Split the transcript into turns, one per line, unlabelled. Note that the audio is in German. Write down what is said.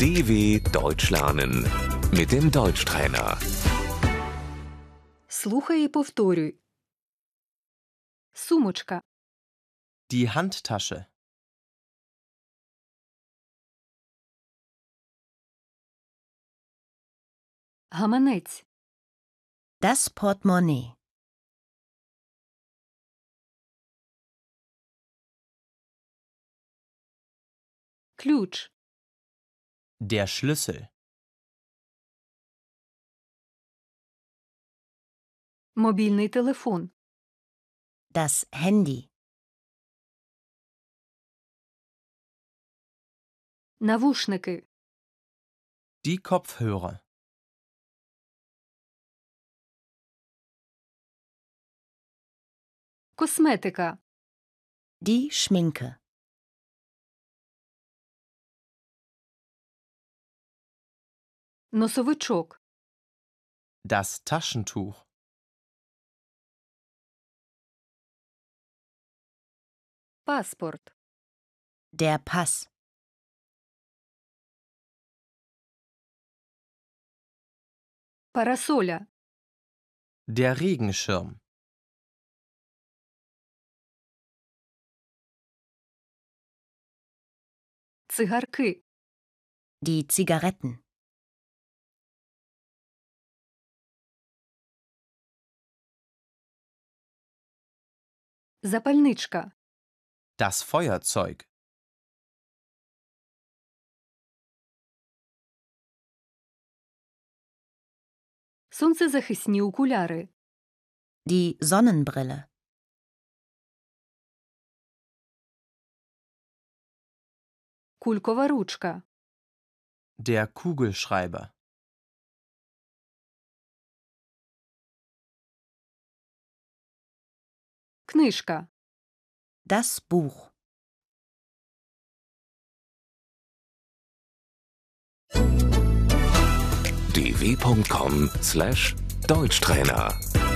DW Deutsch lernen mit dem Deutschtrainer.
Слухай і повторюй. Сумочка,
Die Handtasche.
гаманець,
Das Portemonnaie.
ключ,
Der Schlüssel.
мобільний телефон,
Das Handy.
навушники,
Die Kopfhörer.
косметика,
Die Schminke.
носовичок,
Das Taschentuch.
паспорт,
Der Pass.
парасоля,
Der Regenschirm.
цигарки,
Die Zigaretten.
запальничка,
Das Feuerzeug.
сонцезахисні окуляри,
Die Sonnenbrille.
кулькова ручка,
Der Kugelschreiber.
книжка,
Das Buch.
dw.com/deutschtrainer